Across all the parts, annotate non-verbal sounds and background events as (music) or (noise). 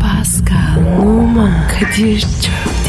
Pascal, Oman, Kadir çok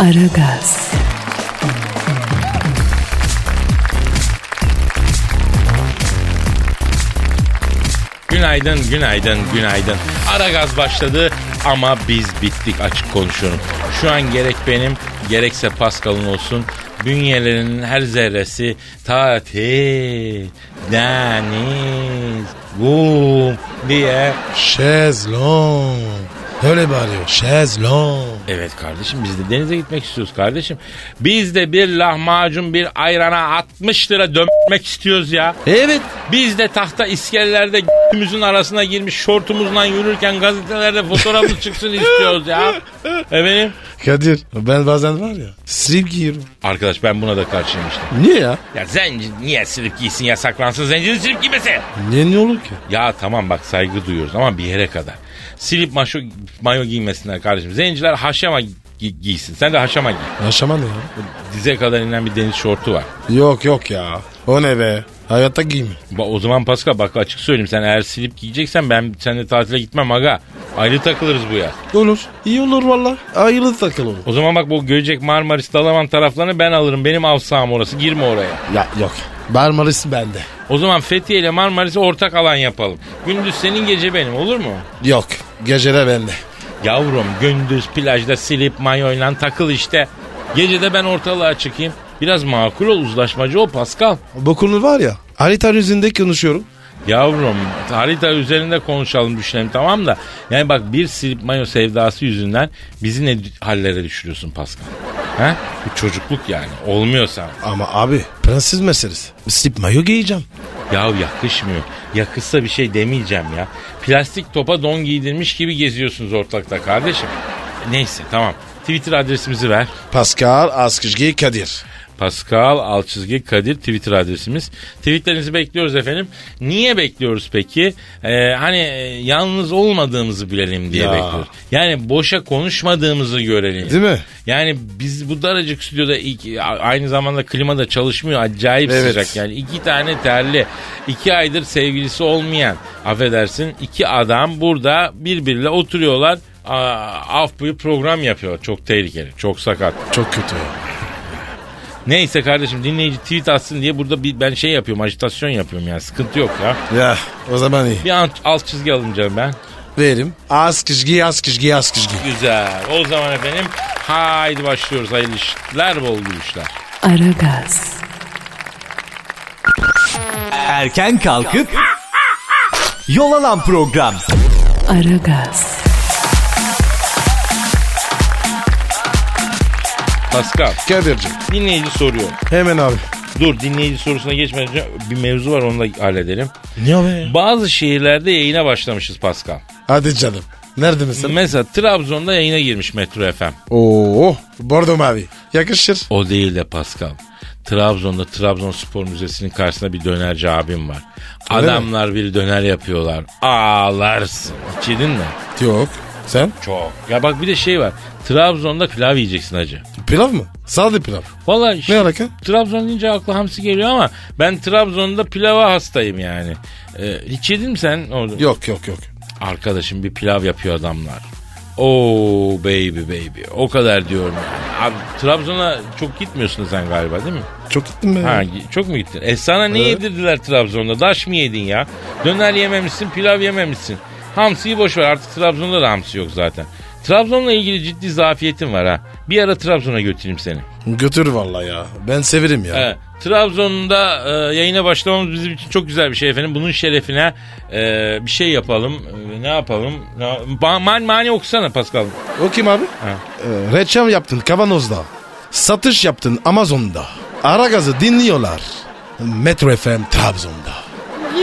Aragaz, Günaydın, günaydın, günaydın. Ara gaz başladı ama biz bittik açık konuşuyorum. Şu an gerek benim gerekse Pascal'ın olsun. Bünyelerinin her zerresi tatil, deniz, kum diye. Şezlong. Öyle bağırıyor. Şezlong. Evet kardeşim biz de denize gitmek istiyoruz kardeşim. Biz de bir lahmacun bir ayrana 60 lira dönmek istiyoruz ya. Evet. Biz de tahta iskelelerde g***ümüzün arasına girmiş şortumuzla yürürken gazetelerde fotoğrafımız çıksın istiyoruz ya. Efendim? Kadir ben bazen var ya slip giyiyorum. Arkadaş ben buna da karşıyım işte. Niye ya? Ya zenci niye silip giysin yasaklansın zencinin silip giymesi. Niye ne olur ki? Ya tamam bak saygı duyuyoruz ama bir yere kadar. Silip maşo, mayo giymesinler kardeşim. Zenciler haşama gi- giysin. Sen de haşama giy. Aşama ne ya? Dize kadar inen bir deniz şortu var. Yok yok ya. O ne be? Hayatta giyme. Ba- O zaman Pascal bak açık söyleyeyim sen eğer silip giyeceksen ben seninle tatile gitmem aga. Ayrı takılırız bu yaz. Olur. İyi olur valla. Ayrılı takılalım. O zaman bak bu Göcek, Marmaris, Dalaman taraflarını ben alırım. Benim avsağım orası. Girme oraya. Ya yok. Marmaris bende. O zaman Fethiye ile Marmaris'i ortak alan yapalım. Gündüz senin gece benim olur mu? Yok. Gecede bende. Yavrum gündüz plajda silip mayoyla takıl işte. Gece de ben ortalığa çıkayım. Biraz makul ol uzlaşmacı ol Pascal. Bu konu var ya. Harita yüzünde konuşuyorum. Yavrum harita üzerinde konuşalım düşünelim tamam da. Yani bak bir silip mayo sevdası yüzünden bizi ne hallere düşürüyorsun Pascal. He? Bu çocukluk yani. Olmuyor sana. Ama abi prenses meselesi. Slip mayo giyeceğim. Ya yakışmıyor. Yakışsa bir şey demeyeceğim ya. Plastik topa don giydirmiş gibi geziyorsunuz ortalıkta kardeşim. Neyse tamam. Twitter adresimizi ver. Pascal Askışgi Kadir. Pascal Alçızgi Kadir Twitter adresimiz. Tweetlerinizi bekliyoruz efendim. Niye bekliyoruz peki? Ee, hani e, yalnız olmadığımızı bilelim diye Ya. bekliyoruz. Yani boşa konuşmadığımızı görelim. Değil mi? Yani biz bu daracık stüdyoda iki- a- aynı zamanda klima da çalışmıyor. Acayip Evet. sıcak yani. iki tane terli, iki aydır sevgilisi olmayan affedersin iki adam burada birbiriyle oturuyorlar. Aa, Af buyur program yapıyorlar. Çok tehlikeli, çok sakat. Çok kötü ya. Neyse kardeşim dinleyici tweet atsın diye burada bir ben şey yapıyorum ajitasyon yapıyorum yani sıkıntı yok ya. Ya o zaman iyi. Bir an- alt çizgi alınacağım ben. Verim. Askışgi Askışgi Askışgi. Güzel. O zaman efendim haydi başlıyoruz hayırlı işler bol gülüşler. Aragaz, Erken kalkıp yol alan program. Aragaz, Pascal Kadir'cim dinleyici soruyor. hemen abi. Dur dinleyici sorusuna geçmeden önce bir mevzu var onu da halledelim. Ne abi? Bazı şehirlerde yayına başlamışız Pascal. Hadi canım. Nerede misin? Mesela Trabzon'da yayına girmiş Metro FM. Oo, bordo mavi. Yakışır. O değil de Pascal. Trabzon'da Trabzonspor Müzesi'nin karşısında bir dönerci abim var. Öyle mi? Adamlar bir döner yapıyorlar. Ağlarsın. Hiç yedin mi? Yok. Sen? Çok. Ya bak bir de şey var. Trabzon'da pilav yiyeceksin hacı. Pilav mı? Sade pilav. Valla Ne alaka? Trabzon deyince aklı hamsi geliyor ama ben Trabzon'da pilava hastayım yani. Ee, hiç yedin mi sen orada? Yok yok yok. Arkadaşım bir pilav yapıyor adamlar. Oo baby baby. O kadar diyorum yani. Abi Trabzon'a çok gitmiyorsun sen galiba değil mi? Çok gittim ben. Ha, çok mu gittin? E sana ne yedirdiler Trabzon'da? Daş mı yedin ya? Döner yememişsin, pilav yememişsin. Hamsiyi boş ver artık Trabzon'da da hamsi yok zaten. Trabzon'la ilgili ciddi zafiyetim var ha. Bir ara Trabzon'a götüreyim seni. Götür vallahi ya. Ben severim ya. Ee, Trabzon'da e, yayına başlamamız bizim için çok güzel bir şey efendim. Bunun şerefine e, bir şey yapalım. E, ne yapalım? Ne, ma- man, mani okusana Pascal. O kim abi? Ee, reçel yaptın kavanozda. Satış yaptın Amazon'da. Ara gazı dinliyorlar. Metro FM Trabzon'da.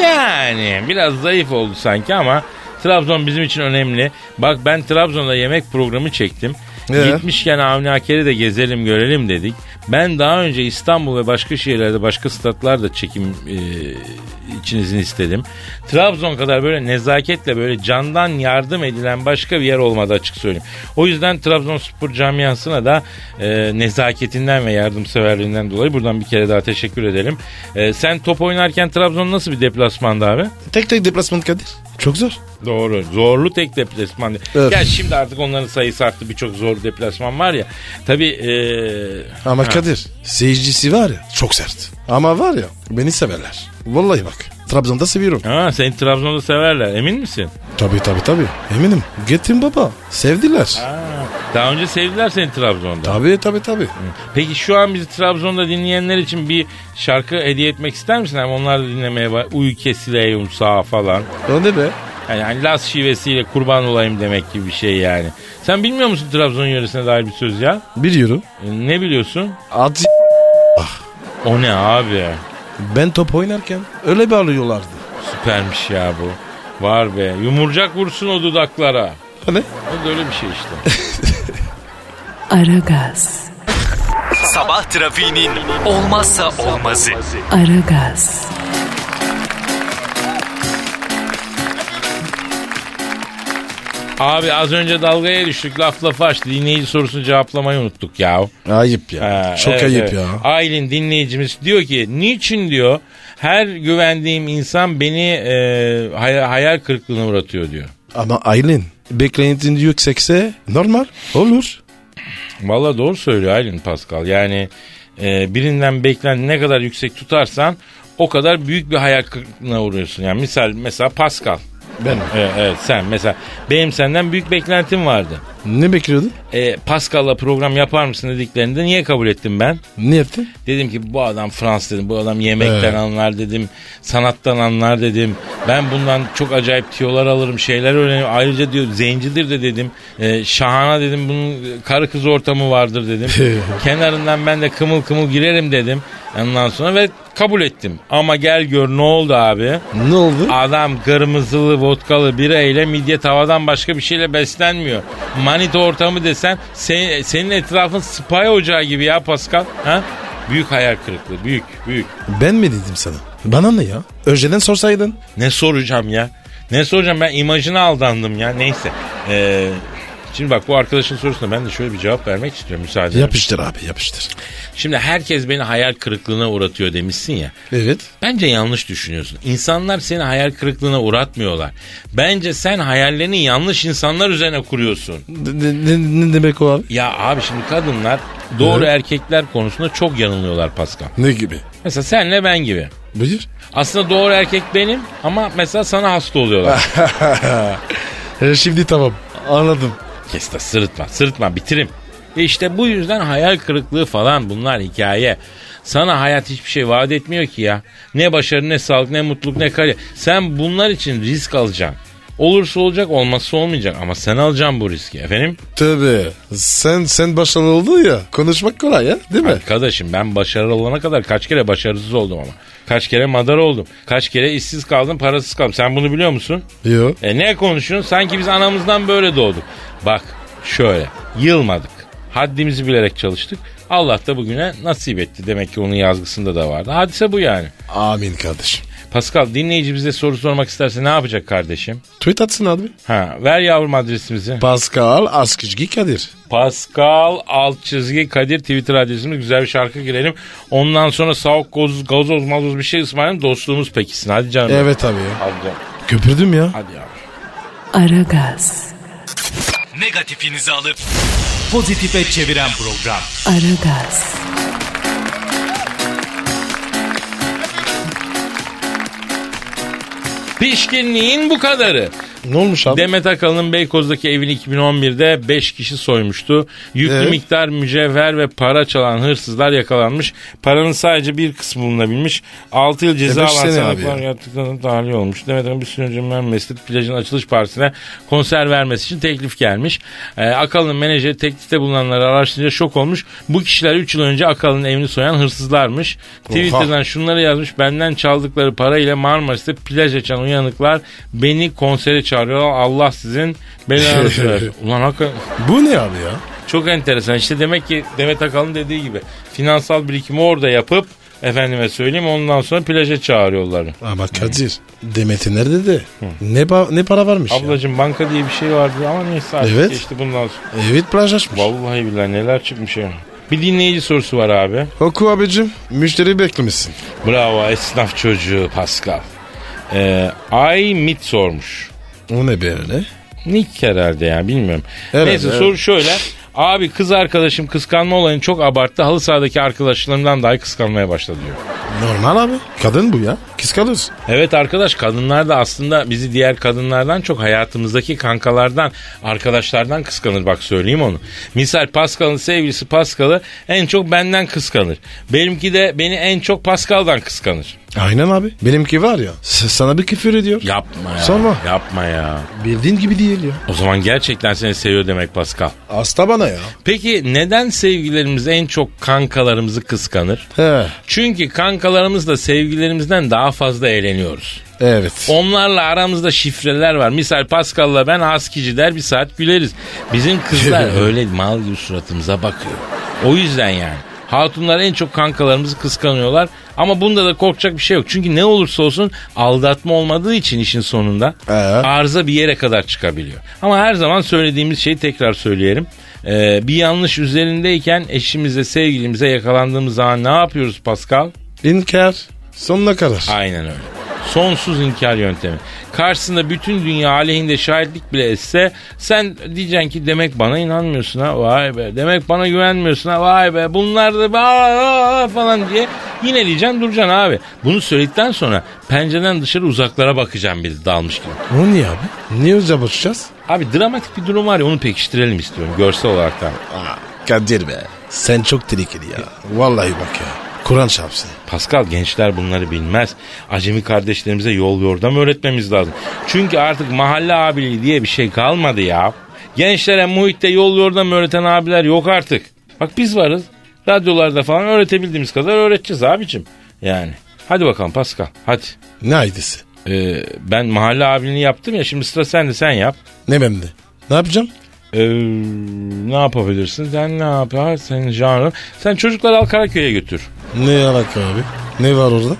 Yani biraz zayıf oldu sanki ama Trabzon bizim için önemli. Bak ben Trabzon'da yemek programı çektim. Ee? Gitmişken Avni Aker'i de gezelim görelim dedik. Ben daha önce İstanbul ve başka şehirlerde başka statlarda çekim e, içinizin istedim. Trabzon kadar böyle nezaketle böyle candan yardım edilen başka bir yer olmadı açık söyleyeyim. O yüzden Trabzonspor camiasına da e, nezaketinden ve yardımseverliğinden dolayı buradan bir kere daha teşekkür edelim. E, sen top oynarken Trabzon nasıl bir deplasmandı abi? Tek tek deplasman Kadir. Çok zor. Doğru. Zorlu tek deplasman. Evet. Ya şimdi artık onların sayısı arttı. Birçok zorlu deplasman var ya. Tabii e, eee, Ama ha, Kadir seyircisi var ya çok sert. Ama var ya beni severler. Vallahi bak Trabzon'da seviyorum. Ha, seni Trabzon'da severler. Emin misin? Tabii tabii tabii. Eminim. Getin baba. Sevdiler. Daha önce sevdiler seni Trabzon'da. Tabii tabii tabii. Peki şu an bizi Trabzon'da dinleyenler için bir şarkı hediye etmek ister misin? Hem onlar da dinlemeye bak. Uyu kesileyum sağ falan. O ne be? Yani, yani Las şivesiyle kurban olayım demek gibi bir şey yani. Sen bilmiyor musun Trabzon yöresine dair bir söz ya? Biliyorum. E, Ne biliyorsun? At O ne abi? ben top oynarken öyle bağırıyorlardı. Süpermiş ya bu. Var be. Yumurcak vursun o dudaklara. Öyle. O da öyle bir şey (laughs) işte. Aragaz, Sabah trafiğinin olmazsa olmazı. Aragaz, Abi az önce dalgaya düştük. Laf lafı açtı. Dinleyici sorusunu cevaplamayı unuttuk ya. Ayıp ya. Ha, çok evet, ayıp evet. ya. Aylin dinleyicimiz diyor ki niçin diyor her güvendiğim insan beni e, hay- hayal kırıklığına uğratıyor diyor. Ama Aylin beklentin yüksekse normal olur. Valla doğru söylüyor Aylin Pascal. Yani e, birinden beklenti ne kadar yüksek tutarsan o kadar büyük bir hayal kırıklığına uğruyorsun. Yani misal mesela Pascal. Ben Evet, evet sen mesela benim senden büyük beklentim vardı. ne bekliyordun? E, Pascal'la program yapar mısın dediklerinde niye kabul ettim ben? Ne yaptın? Dedim ki bu adam Fransız dedim. Bu adam yemekten Evet. anlar dedim. Sanattan anlar dedim. Ben bundan çok acayip tiyolar alırım. Şeyler öğrenirim. Ayrıca diyor zencidir de dedim. E, şahana dedim. Bunun karı kız ortamı (laughs) vardır dedim. Kenarından ben de kımıl kımıl girerim dedim. Ondan sonra ve kabul ettim. Ama gel gör ne oldu abi? Ne oldu? Adam kırmızılı vodkalı birayla midye tavadan başka bir şeyle beslenmiyor. Manita ortamı desen se- senin etrafın spay ocağı gibi ya Pascal. Ha? Büyük hayal kırıklığı büyük büyük. Ben mi dedim sana? Bana ne ya? Önceden sorsaydın. Ne soracağım ya? Ne soracağım ben imajına aldandım ya neyse. Ee, şimdi bak bu arkadaşın sorusuna ben de şöyle bir cevap vermek istiyorum müsaade. Yapıştır abi yapıştır. Şimdi herkes beni hayal kırıklığına uğratıyor demişsin ya. Evet. Bence yanlış düşünüyorsun. İnsanlar seni hayal kırıklığına uğratmıyorlar. Bence sen hayallerini yanlış insanlar üzerine kuruyorsun. Ne, ne- ne- ne demek o abi? Ya abi şimdi kadınlar doğru erkekler konusunda çok yanılıyorlar Pascal. Ne gibi? Mesela senle ben gibi. (laughs) Buyur. Aslında doğru erkek benim ama mesela sana hasta oluyorlar. E, şimdi tamam anladım. Kes de sırıtma sırıtma bitirim. E işte bu yüzden hayal kırıklığı falan bunlar hikaye. Sana hayat hiçbir şey vaat etmiyor ki ya. Ne başarı ne sağlık ne mutluluk ne kariyer. Sen bunlar için risk alacaksın. Olursa olacak olmazsa olmayacak ama sen alacaksın bu riski efendim. Tabii. Sen sen başarılı oldun ya. Konuşmak kolay ya değil mi? Arkadaşım ben başarılı olana kadar kaç kere başarısız oldum ama. Kaç kere madara oldum. Kaç kere işsiz kaldım, parasız kaldım. Sen bunu biliyor musun? Yo. E ne konuşuyorsun? Sanki biz anamızdan böyle doğduk. Bak şöyle yılmadık. Haddimizi bilerek çalıştık. Allah da bugüne nasip etti. Demek ki onun yazgısında da vardı. Hadise bu yani. Amin kardeşim. Pascal dinleyici bize soru sormak isterse ne yapacak kardeşim? Tweet atsın abi. Ha, ver yavrum adresimizi. Pascal Askizgi Kadir. Pascal alt çizgi Kadir Twitter adresimiz güzel bir şarkı girelim. Ondan sonra savuk gazoz, gazoz mazoz bir şey ısmarlayalım dostluğumuz pekisin. Hadi canım. Evet abi ya. Hadi canım. Köpürdüm ya. Hadi yavrum. Aragaz, Negatifinizi alıp pozitife çeviren program. Aragaz, Pişkinliğin bu kadarı. Ne olmuş abi? Demet Akalın'ın Beykoz'daki evini 2011'de 5 kişi soymuştu. Yüklü Evet. miktar mücevher ve para çalan hırsızlar yakalanmış. Paranın sadece bir kısmı bulunabilmiş. 6 yıl ceza E beş alan sene abi sanıklar ya. yaptıklarının tahliye olmuş. Demet Hanım bir süre önce Mermes'te plajın açılış partisine konser vermesi için teklif gelmiş. Ee, Akalın'ın menajeri teklifte bulunanları araştırınca şok olmuş. Bu kişiler 3 yıl önce Akalın'ın evini soyan hırsızlarmış. Twitter'dan şunları yazmış. Benden çaldıkları parayla Marmaris'te plaj açan uyanıklar beni konsere çağırdı çağırıyor. Allah sizin belanızı versin. Ulan hakikaten Bu ne abi ya? çok enteresan. İşte demek ki Demet Akalın dediği gibi finansal birikimi orada yapıp efendime söyleyeyim ondan sonra plaja çağırıyorlar. Ama Kadir Demet'in nerede de ne, pa- ne para varmış ya. Ablacım banka diye bir şey vardı ama neyse artık Evet. geçti bundan sonra. Evet plaj açmış. Vallahi billahi neler çıkmış ya. Bir dinleyici sorusu var abi. Oku abicim müşteri beklemişsin. Bravo esnaf çocuğu Pascal. Ee, Ay Mit sormuş. O ne be öyle? Nick herhalde ya bilmiyorum. Herhalde, Neyse evet. soru şöyle. Abi kız arkadaşım kıskanma olayını çok abarttı. Halı sahadaki arkadaşlarımdan dahi kıskanmaya başladı diyor. Normal abi. Kadın bu ya. Kıskanır. Evet arkadaş kadınlar da aslında bizi diğer kadınlardan çok hayatımızdaki kankalardan, arkadaşlardan kıskanır bak söyleyeyim onu. Misal Pascal'ın sevgilisi Pascal'ı en çok benden kıskanır. Benimki de beni en çok Pascal'dan kıskanır. Aynen abi. Benimki var ya. s- Sana bir küfür ediyor. Yapma ya. Sonra? Yapma ya. Bildiğin gibi değil ya. O zaman gerçekten seni seviyor demek Pascal. Hasta bana ya. Peki neden sevgilerimiz en çok kankalarımızı kıskanır? He. Çünkü kankalarımızla sevgilerimizden daha fazla eğleniyoruz. Evet. Onlarla aramızda şifreler var. Misal Pascal'la ben askici der bir saat güleriz. Bizim kızlar öyle mal gibi suratımıza bakıyor. O yüzden yani. Hatunlar en çok kankalarımızı kıskanıyorlar. Ama bunda da korkacak bir şey yok. Çünkü ne olursa olsun aldatma olmadığı için işin sonunda Ee? arıza bir yere kadar çıkabiliyor. Ama her zaman söylediğimiz şeyi tekrar söyleyelim. Ee, bir yanlış üzerindeyken eşimize, sevgilimize yakalandığımız zaman ne yapıyoruz Pascal? İnkar. Sonuna kadar. Aynen öyle. Sonsuz inkar yöntemi. Karşısında bütün dünya aleyhinde şahitlik bile etse sen diyeceksin ki demek bana inanmıyorsun ha vay be. Demek bana güvenmiyorsun ha vay be. Bunlar da be, aa, aa" falan diye yine diyeceksin duracaksın abi. Bunu söyledikten sonra pencereden dışarı uzaklara bakacaksın bir dalmış gibi. O niye abi? Niye uca boşacağız? Abi dramatik bir durum var ya onu pekiştirelim istiyorum görsel olarak da. Kadir be. Sen çok tehlikeli ya. Vallahi bak ya. Kur'an çarpsın. Pascal gençler bunları bilmez. Acemi kardeşlerimize yol yordam öğretmemiz lazım. Çünkü artık mahalle abiliği diye bir şey kalmadı ya. Gençlere muhitte yol yordam öğreten abiler yok artık. Bak biz varız. Radyolarda falan öğretebildiğimiz kadar öğreteceğiz abicim. Yani. Hadi bakalım Pascal hadi. Ne aydesi? Ee, ben mahalle abini yaptım ya şimdi sıra sende sen yap. Ne bende? Ne yapacağım? Ee, ne yapabilirsin? Sen ne yaparsın? Senin janrın. Sen çocukları al Karaköy'e götür. Ne alaka abi? Ne var orada?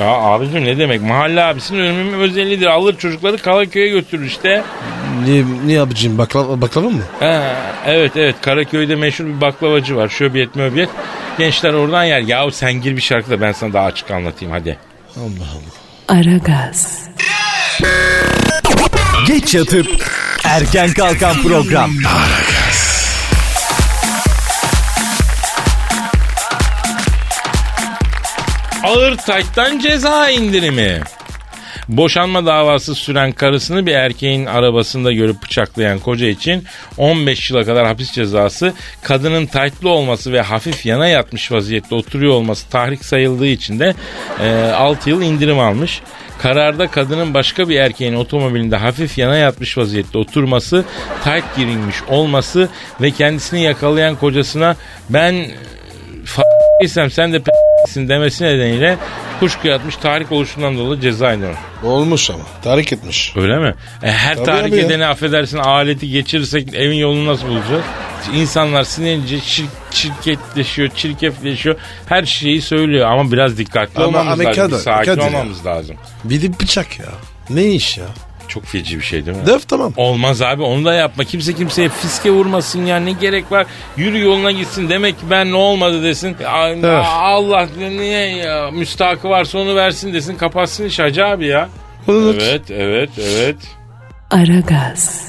Ya abicim ne demek? Mahalle abisinin önemli bir özelliğidir. Alır çocukları Karaköy'e götürür işte. Ne, ne yapacağım? Baklava, baklava mı? Ha, evet evet Karaköy'de meşhur bir baklavacı var. Şöbiyet möbiyet. Gençler oradan yer. Yahu sen gir bir şarkı da ben sana daha açık anlatayım hadi. Aragaz, Geç yatıp erken kalkan program. Ağır tayttan ceza indirimi. Boşanma davası süren karısını bir erkeğin arabasında görüp bıçaklayan koca için 15 yıla kadar hapis cezası, kadının taytlı olması ve hafif yana yatmış vaziyette oturuyor olması tahrik sayıldığı için de e, 6 yıl indirim almış. Kararda kadının başka bir erkeğin otomobilinde hafif yana yatmış vaziyette oturması, tayt girilmiş olması ve kendisini yakalayan kocasına ben isem sen de p***sin demesi nedeniyle kuşku yatmış tarih oluşundan dolayı ceza iniyor. Olmuş ama. Tahrik etmiş. Öyle mi? E, her Tabii tahrik abi ya. edeni affedersin aleti geçirirsek evin yolunu nasıl bulacağız? İnsanlar sinirce çir- çirketleşiyor, çirkefleşiyor. Her şeyi söylüyor ama biraz dikkatli Ama olmamız lazım. Amerika'da- bir sakin Amerika'da ya. olmamız lazım. Bir de bıçak ya. Ne iş ya? Çok feci bir şey değil mi? Def tamam. Olmaz abi onu da yapma. Kimse kimseye fiske vurmasın ya ne gerek var. Yürü yoluna gitsin demek ki ben ne olmadı desin. A- a- Allah niye ya müstahakı varsa onu versin desin kapatsın iş hacı abi ya. Bunu unut. Evet evet evet. Aragaz,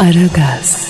Aragaz.